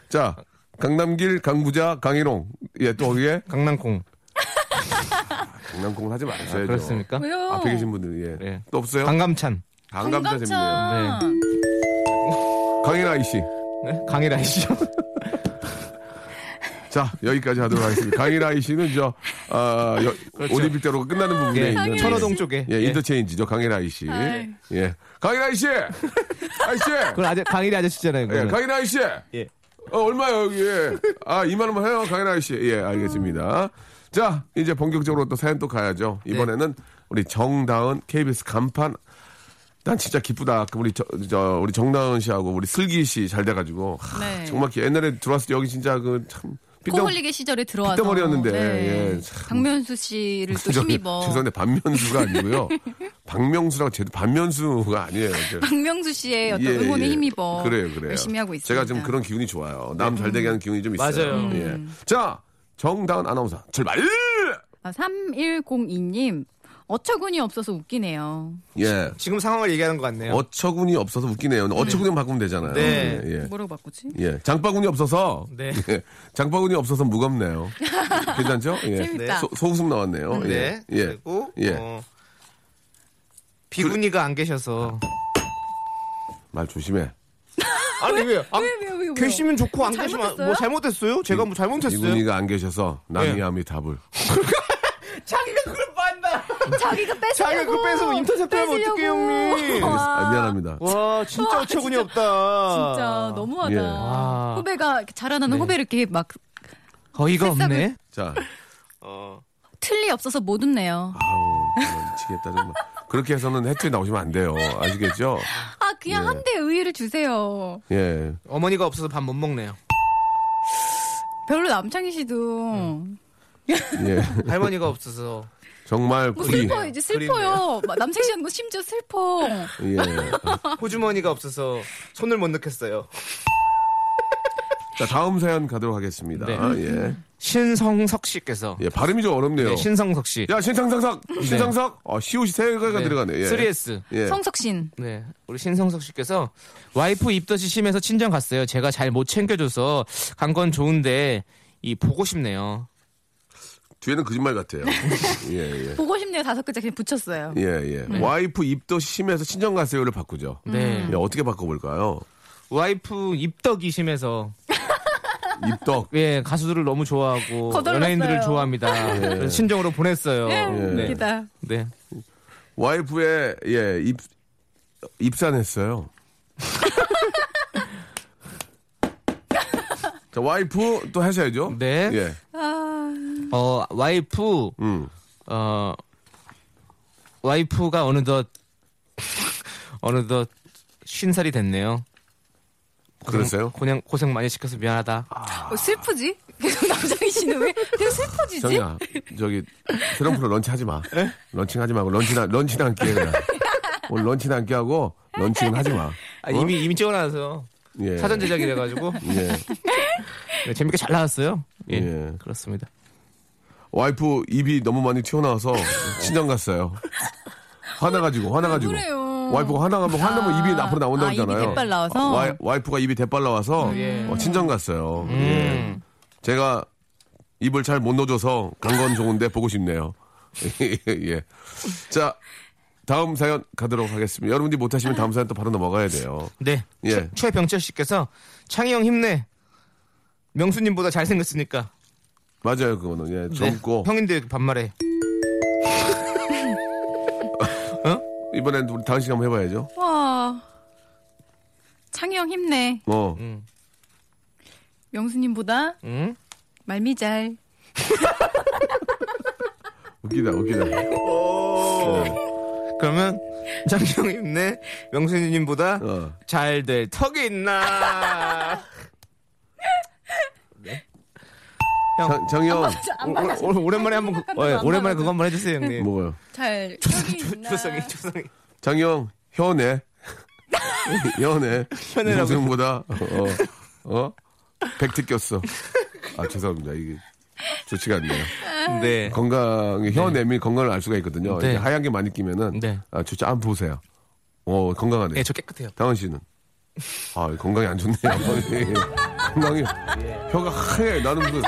S2: 자, 강남길 강부자 강희롱. 예, 또 거기에
S7: 강남콩
S2: 강남콩을 하지 마세요.
S7: 그렇습니까?
S5: 왜요?
S2: 아, 앞에 계신 분들, 예.
S7: 예.
S2: 또 없어요?
S7: 강감찬
S2: 강감자 재밌네요.
S5: 강감찬.
S2: 강희라 씨.
S7: 네?
S2: [LAUGHS]
S7: 강일아이 씨요
S2: 자 여기까지 하도록 하겠습니다. 강일아이 씨는 저 아, 여- 올림픽대로가 끝나는 부분에
S7: 그렇죠. 예.
S2: 있는
S7: 천호동 쪽에
S2: 예, 인터체인지죠 강일아이 씨.
S5: 아이.
S2: 예, 강일아이 씨, 아이 씨,
S7: 그건 아저, 강일이 아저씨잖아요
S2: 예,
S7: 그거는.
S2: 강일아이 씨.
S7: 예.
S2: 어, 얼마요 여기? 예. 아 2만 원만 해요 강일아이 씨. 예 알겠습니다. 자 이제 본격적으로 또 사연 또 가야죠.
S7: 네.
S2: 이번에는 우리 정다은 KBS 간판. 난 진짜 기쁘다. 그 우리 저, 저 우리 정다은 씨하고 우리 슬기 씨 잘 돼가지고 하,
S5: 네.
S2: 정말 기- 옛날에 들어왔을 때 여기 진짜 그참
S5: 코 흘리게 시절에 들어와서 네.
S2: 삐딱머리였는데, 예, 참.
S5: 박면수 씨를 또
S2: 저,
S5: 힘입어
S2: [LAUGHS] 죄송한데 반면수가 아니고요.
S5: [LAUGHS]
S2: 박명수라고 제도 반면수가 아니에요. 저-
S5: 박명수 씨의 어떤
S2: 예,
S5: 응원에
S2: 예.
S5: 힘입어
S2: 그래요, 그래요.
S5: 열심히 하고 있습니다. 네. 음.
S2: 제가 지금 그런 기운이 좋아요. 남 잘 되게 하는 기운이 좀 있어요.
S7: 맞아요.
S2: 예. 자, 정다은 아나운서 출발.
S5: 아, 3102님 어처구니 없어서 웃기네요.
S2: 예.
S6: 지금 상황을 얘기하는 것 같네요.
S2: 어처구니 없어서 웃기네요. 어처구니 바꾸면 되잖아요.
S6: 네.
S2: 예.
S5: 뭐라고 바꾸지?
S2: 예. 장바구니 없어서.
S6: 네.
S2: 예. 장바구니 없어서
S5: [LAUGHS]
S2: 무겁네요. 괜찮죠? 예.
S5: 재밌다.
S2: 소, 웃음 나왔네요.
S6: 네.
S2: 예. 예.
S6: 그리고
S2: 예.
S6: 어, 비구니가 안 계셔서
S2: 말 조심해.
S6: 아니 왜요? 안-
S5: 왜, 왜, 왜, 왜요?
S6: 계시면 좋고 안
S5: 뭐
S6: 계시면 안- 뭐
S5: 잘못했어요?
S6: 잘못했어요? 제가 뭐 잘못했어요?
S2: 이군이가 안 계셔서 남이
S6: 예.
S2: 암이 답을.
S6: 자기가 그걸 봤나?
S5: 자기가 뺏으려고.
S6: 자기가 그걸 빼서 인터셉트 하면
S5: 뺏으려고.
S6: 어떡해 형님?
S2: 아, [LAUGHS] 미안합니다.
S6: 와 진짜 어처구니 없다.
S5: 진짜 너무하다.
S2: 예. 네.
S7: 와.
S5: 후배가 이렇게 자라나는 후배를 이렇게 막
S7: 어이가
S5: 새싹을-
S7: 없네.
S2: 자,
S6: 어.
S5: 틀리 없어서 못 웃네요.
S2: 아우, 정말 미치겠다. 정말. 그렇게 해서는 해투에 나오시면 안 돼요. 아시겠죠?
S5: 아 그냥 한 대 의의를 주세요.
S2: 예.
S6: 어머니가 없어서 밥 못 먹네요.
S5: 별로 남창희 씨도
S2: 음. 예.
S6: 할머니가 없어서
S5: [LAUGHS]
S2: 정말
S5: 뭐
S2: 구리.
S5: 슬퍼 이제 슬퍼요. 막 남창희 씨 하는 거 심지어 슬퍼.
S2: 예.
S6: 호주머니가 없어서 손을 못 넣겠어요.
S2: 자, 다음 사연 가도록 하겠습니다.
S7: 네.
S2: 예.
S7: 신성석 씨께서
S2: 예, 발음이 좀 어렵네요.
S7: 네, 신성석 씨.
S2: 야, 신상상상! 신상석! 어, 시옷이 세 개가 들어가네. 예.
S7: 3S.
S2: 예.
S5: 성석 신.
S7: 네, 우리 신성석 씨께서 와이프 입덧이 심해서 친정 갔어요. 제가 잘 못 챙겨줘서 간 건 좋은데 이 보고 싶네요.
S2: 뒤에는 거짓말
S7: [LAUGHS]
S2: 같아요. 예, 예.
S5: 보고 싶네요. 다섯 글자 그냥 붙였어요.
S2: 예, 예. 와이프 입도 심해서 친정 가세요를 바꾸죠.
S7: 네,
S2: 예, 어떻게 바꿔볼까요?
S7: 와이프 입덕이 심해서
S2: 입덕.
S7: 예 가수들을 너무 좋아하고
S5: 거덜났어요. 예,
S7: 연예인들을 좋아합니다. 그래서 친정으로 보냈어요.
S2: 예.
S7: 네,
S5: 기다.
S7: 네.
S2: 와이프의, 예, 입, 입산했어요. 자, 와이프 또 하셔야죠.
S7: 네.
S2: 예.
S7: 어 와이프
S2: 음.
S7: 어 와이프가 어느덧 어느덧 쉰 살이 됐네요. 고생-
S2: 그랬어요?
S7: 음,
S2: 아,
S7: 고생 고생 많이 시켜서 미안하다.
S5: 어, 슬프지? [LAUGHS] 계속 남창희 씨는 왜 계속 슬퍼지지?
S2: 정이야, 저기 새로운 프로 런치 하지 마. 런칭 하지 말고 런치나 런치나 안 끼해 그냥. 오늘 런치나 안 끼하고 런칭은 하지 마.
S7: 아, 이미 이미 찍어놔서
S2: 예.
S7: 사전 제작이 돼가지고
S2: [LAUGHS] 예.
S7: 네, 재밌게 잘 나왔어요. 예,
S2: 예.
S7: 그렇습니다.
S2: 와이프 입이 너무 많이 튀어나와서 친정 갔어요. 화나가지고 화나가지고.
S5: 아, 그래요?
S2: 와이프가 화나가면 화나면 입이 앞으로 나온다고
S5: 아, 입이
S2: 하잖아요.
S5: 대빨 나와서? 음. 예.
S2: 와, 와이프가 입이 대빨 나와서 어, 친정 갔어요. 예.
S7: 음,
S2: 제가 입을 잘 못 넣어줘서 간 건 좋은데 보고 싶네요. [LAUGHS] 예. 자, 다음 사연 가도록 하겠습니다. 여러분들이 못하시면 다음 사연 또 바로 넘어가야 돼요.
S7: 네,
S2: 예.
S7: 최- 최병철 씨께서 창희 형 힘내. 명수님보다 잘생겼으니까.
S2: 맞아요,
S7: 네.
S2: 그거는. 예, 젊고.
S7: 형인데 반말해.
S2: 이번엔 우리 다은 씨 한번 해봐야죠.
S5: 와. 창희 형 힘내.
S2: 어.
S5: 명수님보다
S7: 응?
S5: 말미 잘.
S2: 웃기다, 웃기다. 예.
S7: 그러면 창희 형 힘내. 명수님보다
S2: 어.
S7: 잘될 턱이 있나.
S2: [LAUGHS] 장,
S5: 아,
S2: 장영.
S7: 오, 오, 오랜만에 한번 그- 어, 예, 오랜만에 그거 한번 해주세요 형님.
S2: 뭐가요?
S5: 잘.
S2: [LAUGHS]
S7: 조성이 조성이.
S2: 장영,
S7: [LAUGHS]
S2: 현애. 현애.
S7: 현애라고.
S2: 동생보다, 어, 어? 백트 꼈어. 아, 죄송합니다. 이게 좋지가 않네요.
S7: 네.
S2: 건강, 혀내미 건강을 알 수가 있거든요.
S7: 네.
S2: 이렇게 하얀 게 많이 끼면은.
S7: 네.
S2: 아, 좋지. 안 보세요. 어, 건강하네.
S7: 네, 저 깨끗해요.
S2: 당원 씨는? 아, 건강이 안
S7: [LAUGHS]
S2: 좋네요. 예, 예. 건강이, 혀가 하얘. 나는 무슨,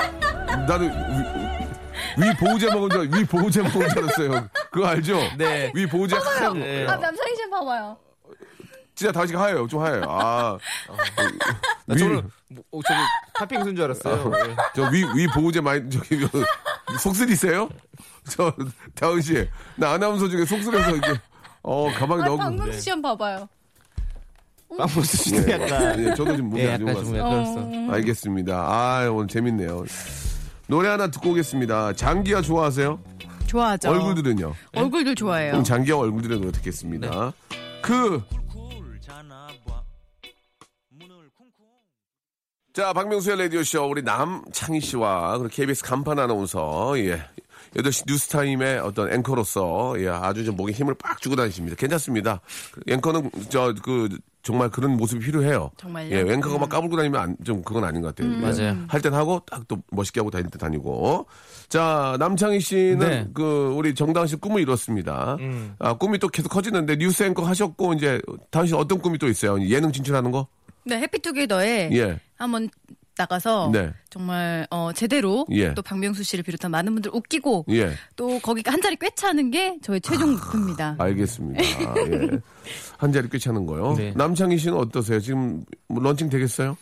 S2: 나는 위, 위 보호제 먹은 줄, 알- 위 보호제 먹은 줄 알았어요. 그거 알죠?
S7: 네.
S2: 위 보호제 하얘.
S7: 네.
S5: 아, 남창희 씨 봐봐요.
S2: 진짜 다시 하얘요. 좀 하얘요. 아.
S7: 나 저는 뭐, 어, 저기 팥빙수인 줄 알았어요. 예.
S2: 저 위, 위 보호제 많이, 저기, 저, 속쓰리세요? 저, 다은 씨, 나 아나운서 중에 속쓰려서 이게, 어, 가방
S5: 아,
S2: 넣고.
S5: 방금 시험 봐봐요.
S7: 빵무스 씨도 약간.
S2: 예, 저도 지금 몸이
S7: 예,
S2: 안 좋은 것
S7: 약간 좀
S2: 같습니다.
S7: 약간 그랬어.
S2: 알겠습니다. 아, 오늘 재밌네요. 노래 하나 듣고 오겠습니다. 장기야 좋아하세요?
S5: 좋아하죠.
S2: 얼굴들은요?
S5: 얼굴들 좋아해요. 네.
S2: 그럼 장기야 얼굴들의 노래 듣겠습니다. 그. 자, 박명수의 라디오쇼, 우리 남창희 씨와, 그리고 KBS 간판 아나운서, 예. 8시 뉴스타임의 어떤 앵커로서, 예, 아주 좀 목에 힘을 빡 주고 다니십니다. 괜찮습니다. 앵커는, 저, 그, 정말 그런 모습이 필요해요.
S5: 정말요? 음.
S2: 예, 앵커가 막 까불고 다니면 안- 좀 그건 아닌 것 같아요. 예.
S7: 맞아요.
S2: 할 땐 하고 딱 또 멋있게 하고 다닐 때 다니고. 자, 남창희 씨는
S7: 네. 음.
S2: 그 우리 정다은 씨 꿈을 이뤘습니다. 아, 꿈이 또 계속 커지는데 뉴스 앵커 하셨고 이제 다은 씨 어떤 꿈이 또 있어요? 예능 진출하는 거?
S5: 네, 해피투게더에
S2: 예.
S5: 한번 나가서
S2: 네.
S5: 정말 어, 제대로
S2: 예.
S5: 또 박명수 씨를 비롯한 많은 분들 웃기고
S2: 예.
S5: 또 거기 한 자리 꿰차는 게 저의
S2: 아,
S5: 최종 목표입니다.
S2: 알겠습니다. 예. 한 자리 꽤 차는 거요.
S7: 네.
S2: 남창희 씨는 어떠세요? 지금 뭐 런칭 되겠어요?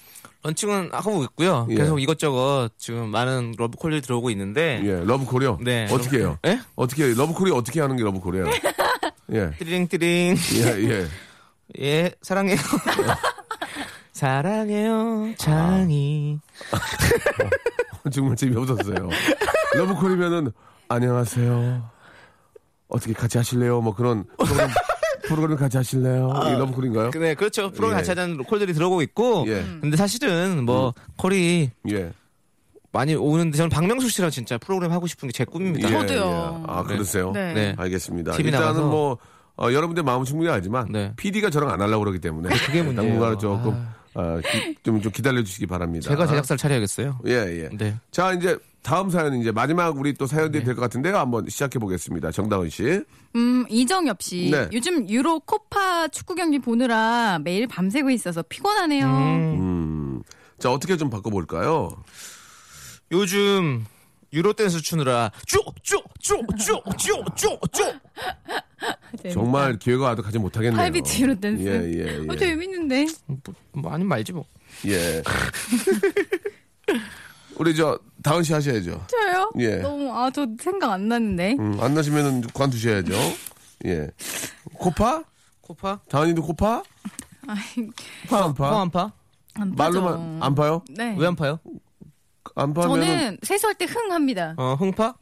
S7: 런칭은 하고 있고요.
S2: 예.
S7: 계속 이것저것 지금 많은 러브콜이 들어오고 있는데
S2: 예, 러브 코리아.
S7: 네.
S2: 어떻게 해요?
S7: 예?
S2: 어떻게 해요? 러브 코리아 어떻게 하는 게 러브 코리아예요? 예.
S7: 띠링 띠링
S2: 예, 예.
S7: 예
S2: [LAUGHS]
S7: 사랑해요. 사랑해요 장이
S2: 정말 재미없었어요.
S5: [LAUGHS]
S2: 러브 코리면은 안녕하세요. 어떻게 같이 하실래요? 뭐 그런 프로그램,
S5: [LAUGHS]
S2: 프로그램 같이 하실래요?
S5: 아.
S2: 이 러브 코리인가요?
S7: 네 그렇죠 프로그램
S2: 예.
S7: 같이 하자는 콜들이 들어오고 있고 음.
S2: 예. 음.
S7: 근데 사실은 뭐 콜이
S2: 예.
S7: 많이 오는데 저는 박명수 씨랑 진짜 프로그램 하고 싶은 게 제 꿈입니다.
S2: 예,
S5: 저도요.
S2: 예. 아,
S7: 네.
S2: 그러세요?
S5: 네.
S7: 네.
S2: 알겠습니다.
S7: TV
S2: 일단은
S7: 나가서.
S2: 뭐 어, 여러분들 마음 충분히 알지만
S7: 네. 아,
S2: PD가 저랑 안 하려고 그러기 때문에
S7: 그게 문제예요. 아.
S2: 당분간 조금 어, 기- 좀, 좀 기다려 주시기 바랍니다.
S7: 제가 제작사를 차려야겠어요.
S2: 예, 예.
S7: 네.
S2: 자, 이제 다음 사연 이제 마지막 우리 또 사연들이 될 것 같은데요. 한번 시작해 보겠습니다. 정다은 씨.
S5: 음, 이정엽 씨.
S2: 네.
S5: 요즘 유로 코파 축구 경기 보느라 매일 밤새고 있어서 피곤하네요.
S2: 음. 자, 어떻게 좀 바꿔 볼까요?
S7: 요즘 유로 댄스 추느라 쪼쪼쪼쪼쪼쪼쪼 네.
S2: 정말 기회가 와도 가지 못하겠네요.
S5: 네, 팔비 뒤로 댄스.
S2: 예, 예, 예.
S5: 어, 재밌는데.
S7: 뭐 아니면 말지 뭐.
S2: 예. [LAUGHS] 우리 저 다은 씨 하셔야죠.
S5: 저요?
S2: 예.
S5: 너무, 아, 저 생각 안 났는데.
S2: 음, 안 나시면은 관두셔야죠. 예. 코파?
S7: 코파?
S2: 다은이도 코파?
S5: 아이, 뭐,
S2: 파 안 파?
S7: 코안파?
S5: 안 빠져.
S2: 말로만 안 파요?
S5: 네.
S7: 왜 안파요?
S2: 안 파면은
S5: 저는 세수할 때 흥 합니다.
S7: 어 흥파?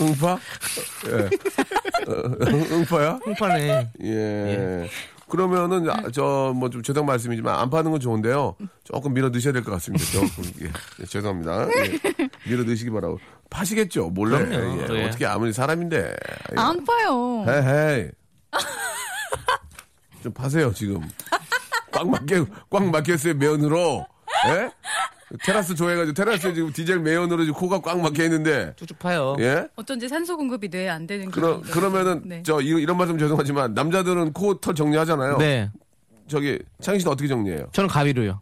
S2: 응파? 어,
S5: [LAUGHS]
S2: 예. 어, 응파야?
S7: 흥파네.
S2: 예. 그러면은 저 뭐 좀 죄송 말씀이지만 안 파는 건 좋은데요. 조금 밀어 넣으셔야 될 것
S7: [LAUGHS]
S2: 같습니다. 조금 예. 예, 죄송합니다. 예. 밀어 넣으시기 바라고. 파시겠죠? 몰라.
S7: 그럼요. 예.
S2: 어떻게 아무리 사람인데. 예.
S5: 안 봐요.
S2: 헤이 헤이. 좀 파세요 지금. 꽉 막혀 꽉 막혔어요 매연으로. 예? 테라스 좋아해가지고 테라스에 지금 디젤 매연으로 지금 코가 꽉 막혀 있는데.
S7: 쭉쭉 파요.
S2: 예?
S5: 어쩐지 산소 공급이 뇌에 안 되는 게.
S2: 그러, 그러면은 저 이- 이런 말씀 죄송하지만 남자들은 코 털 정리하잖아요.
S7: 네.
S2: 저기 창희 씨는 어떻게 정리해요?
S7: 저는 가위로요.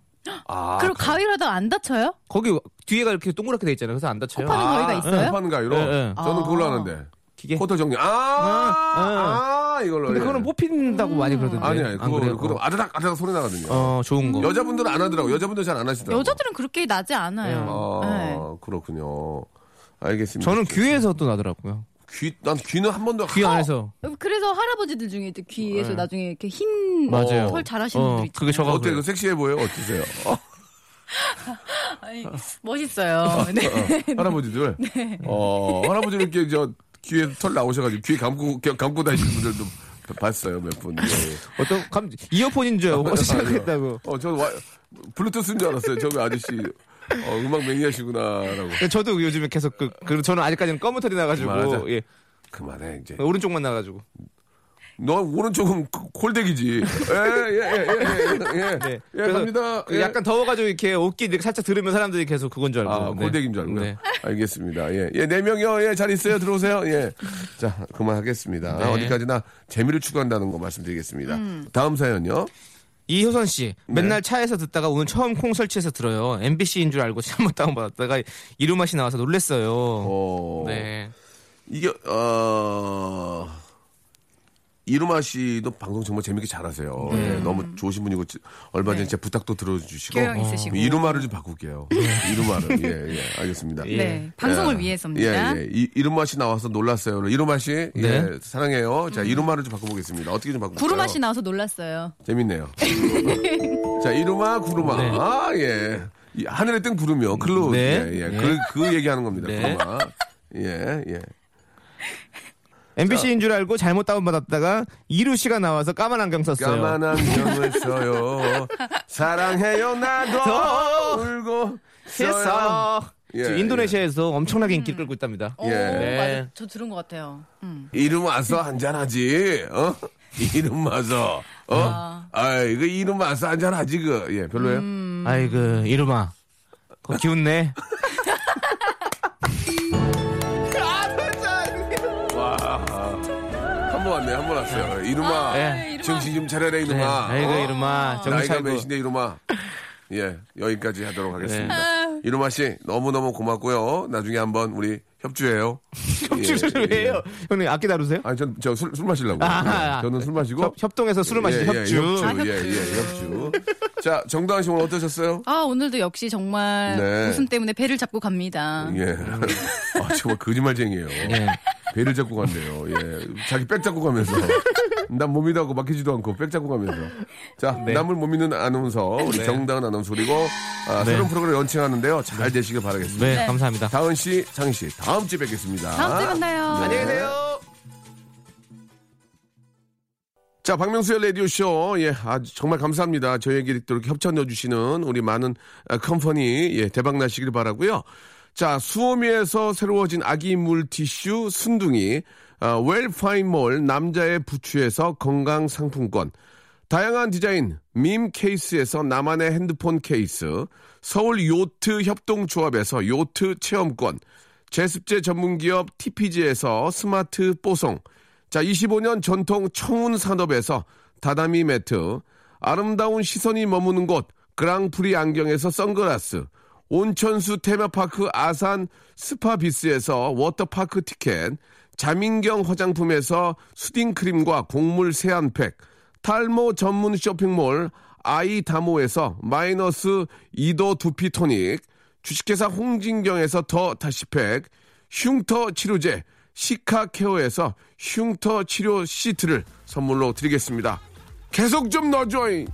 S2: 아,
S5: 그리고 가위라도 안 다쳐요?
S7: 거기 가위가 이렇게 동그랗게 돼 있잖아요. 그래서 안 다쳐요.
S5: 코파는 가위가 있어요? 아.
S2: 파는 가위로.
S7: 예, 예.
S2: 저는 그걸로 하는데.
S7: 기계.
S2: 코털 정리. 아, 아,
S7: 아,
S2: 이걸로.
S7: 근데
S2: 예.
S7: 그거는 뽑힌다고 많이 그러던데.
S2: 아니 아니
S7: 안
S2: 그거
S7: 그래요?
S2: 그거 아다닥 아다닥 소리 나거든요.
S7: 어 좋은 거.
S2: 여자분들은 안 하더라고. 여자분들 잘 안 하시더라고.
S5: 여자들은 그렇게 나지 않아요.
S2: 네.
S5: 네.
S2: 아, 그렇군요. 알겠습니다.
S7: 저는 귀에서 또 나더라고요.
S2: 귀, 난 귀는 한 번도
S7: 귀 안에서.
S5: 네. 그래서 할아버지들 중에 이제
S2: 네.
S5: 귀에서 나중에 이렇게 흰뭐
S7: 맞아요.
S5: 털 잘하시는
S7: 어,
S5: 분들 있죠.
S7: 그게 저가
S2: 어때요?
S7: 그래요.
S2: 이거 섹시해 보여요? 어떠세요? 어,
S5: 아니, 네. 멋있어요. [LAUGHS] 네.
S2: 할아버지들. 어, 할아버지들 이렇게 저 귀에 털 나오셔가지고 귀 감고, 겨- 감고 다니시는 분들도 봤어요, 몇 분. 예.
S7: 어떤 감 이어폰인 줄
S2: 아,
S7: [LAUGHS] 알고 시작했다고.
S2: 어, 저 와, 블루투스인 줄 알았어요. 저기 아저씨. 어, 음악 매니아시구나라고.
S7: 근데 저도 요즘에 계속 그, 그 저는 아직까지는 검은 털이
S2: 맞아.
S7: 나가지고 예
S2: 그만해, 이제.
S7: 네, 오른쪽만 나가지고
S2: 너 오른쪽은 그 콜덱이지. 예, 예, 예, 예, 예. 예,
S7: [LAUGHS] 네.
S2: 예
S7: 그래서
S2: 갑니다.
S7: 그
S2: 예.
S7: 약간 더워가지고 이렇게 옷깃 이렇게 살짝 들으면 사람들이 계속 그건 줄 알고
S2: 아,
S7: 네.
S2: 골대기인 줄 알고요.
S7: 네.
S2: 알겠습니다. 예. 예, 네 명이요. 예, 잘 있어요. 들어오세요. 예. 자, 그만하겠습니다.
S7: 네.
S2: 어디까지나 재미를 추구한다는 거 말씀드리겠습니다. 다음 사연요.
S7: 이효선 씨
S2: 네.
S7: 맨날 차에서 듣다가 오늘 처음 콩 설치해서 들어요 MBC인 줄 알고 잘못 다운받았다가 이루 맛이 나와서 놀랬어요
S2: 어,
S7: 네
S2: 이게, 어, 이루마 씨도 방송 정말 재밌게 잘하세요. 예, 너무 좋으신 분이고, 지- 얼마 전에
S5: 네.
S2: 제 부탁도 들어주시고.
S5: 교양 있으시고.
S2: 이루마를 좀 바꿀게요. 이루마를. 예, 예. 알겠습니다.
S5: 네. 방송을 위해서입니다.
S2: 예, 예. 이, 이름마 씨 나와서 놀랐어요. 이름마 씨, 예,
S7: 네.
S2: 사랑해요. 자, 이름마를 좀 바꿔보겠습니다. 어떻게 좀 바꿔볼까요?
S5: 음. 구루맛이 나와서 놀랐어요.
S2: 재밌네요.
S5: [LAUGHS]
S2: 자, 이루마, 구루마.
S5: 네.
S2: 아, 예. 이 하늘에 뜬 구름이요. 글로.
S7: 네.
S2: 예, 예.
S7: 네.
S2: 그, 그 얘기하는 겁니다.
S7: 네.
S2: 구루마. 예, 예.
S7: MBC인 줄 알고 잘못 다운받았다가 이루 씨가 나와서 까만 안경 썼어요
S2: 까만 안경을
S7: [LAUGHS]
S2: 써요. 사랑해요,
S7: 더
S2: 나도. 울고. 써요.
S7: 했어
S2: 예,
S7: 지금 인도네시아에서 엄청나게 인기를 끌고 있답니다 네.
S5: 오,
S2: 예.
S5: 맞아. 저 들은 것 같아요. 음.
S2: 이름 와서 한잔하지. 어? [LAUGHS] 이름 마서. 어? 아, 이거 이름 마서 한잔 하지, 그. 예, 별로예요?
S7: 음. 아이고 이름아 그거 기운내
S2: 한 번 왔네, 한 번 왔어요. 이놈아,
S7: 예.
S2: 정신 좀 차려라,
S7: 네,
S2: 이놈아.
S7: 아이고 이름아 정신
S2: 어. 나이가
S7: 차리고
S2: 몇인데, 이놈아. 예, 여기까지 하도록 하겠습니다.
S7: 네.
S2: 이놈아 씨, 너무너무 고맙고요. 나중에 한번 우리 협주해요.
S7: 협주를
S2: 예, 예.
S7: 왜요 형님 아끼 다루세요
S2: 아니, 전, 저 술, 술 마시려고.
S7: 아,
S2: 요 저는 술 마시고.
S7: 협, 협동해서 술을 마시는 아, 협주
S2: 예, 예, 예, 협주. 자, 정다은 씨 오늘 어떠셨어요?
S5: 아, 오늘도 역시 정말
S2: 네.
S5: 웃음 때문에 배를 잡고 갑니다.
S7: [LAUGHS]
S2: 예. 아, 정말 거짓말쟁이에요.
S7: 예.
S2: 배를 잡고 간대요. 예. 자기 백 잡고 가면서. 난 못 믿어 하고 막히지도 않고 백 잡고 가면서. 자,
S7: 네.
S2: 남을 못 믿는 아나운서, 우리 정다은 아나운서 그리고 아, 새로운 프로그램 런칭하는데요. 잘 되시길 바라겠습니다.
S7: 네 감사합니다
S2: 예. 다은 씨, 장희 씨, 다음 주에 뵙겠습니다. 네.
S5: 다음 주에 만나요.
S2: 안녕히 계세요. 자, 박명수의 라디오쇼. 예, 아, 정말 감사합니다. 저희에게 또 이렇게 협찬해주시는 우리 많은 아, 컴퍼니, 예, 대박나시길 바라고요 자, 수오미에서 새로워진 아기 물티슈 순둥이, 아, 웰파인몰 남자의 부추에서 건강상품권, 다양한 디자인, 밈 케이스에서 나만의 핸드폰 케이스, 서울 요트 협동조합에서 요트 체험권, 제습제 전문기업 TPG에서 스마트 뽀송, 자 25년 전통 청운 산업에서 다다미 매트, 아름다운 시선이 머무는 곳 그랑프리 안경에서 선글라스, 온천수 테마파크 아산 스파비스에서 워터파크 티켓, 자민경 화장품에서 수딩크림과 곡물 세안팩, 탈모 전문 쇼핑몰 아이다모에서 마이너스 2도 두피 토닉, 주식회사 홍진경에서 더 다시팩, 흉터 치료제 시카케어에서 흉터 치료 시트를 선물로 드리겠습니다. 계속 좀 넣어줘잉!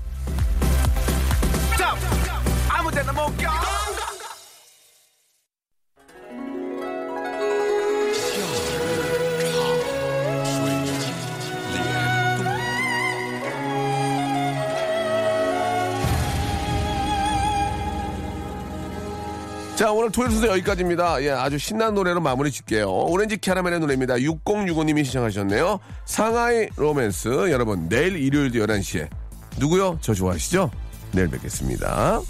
S2: 자, 오늘 토요일 순서 여기까지입니다. 예, 아주 신나는 노래로 마무리 짓게요. 오렌지 캐러멜의 노래입니다. 6065님이 시청하셨네요. 상하이 로맨스. 여러분, 내일 일요일도 11시에. 누구요? 저 좋아하시죠? 내일 뵙겠습니다.